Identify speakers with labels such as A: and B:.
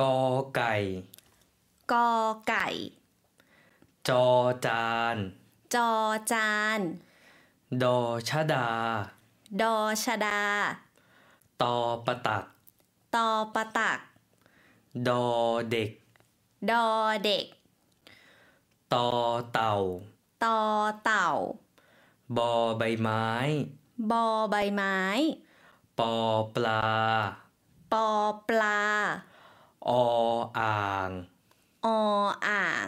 A: กอไก่
B: กอไก่
A: จอจาน
B: จอจาน
A: ดอชะดา
B: ดอชดา
A: ตอประตัก
B: ตอปะตัก
A: ดอเด็ก
B: ดอเด็ก
A: ตอเต่า
B: ตอเต่า
A: บอใบไม้
B: บอใบไม้
A: ปอปลา
B: ปอปลา
A: ออ่าง
B: ออ่าง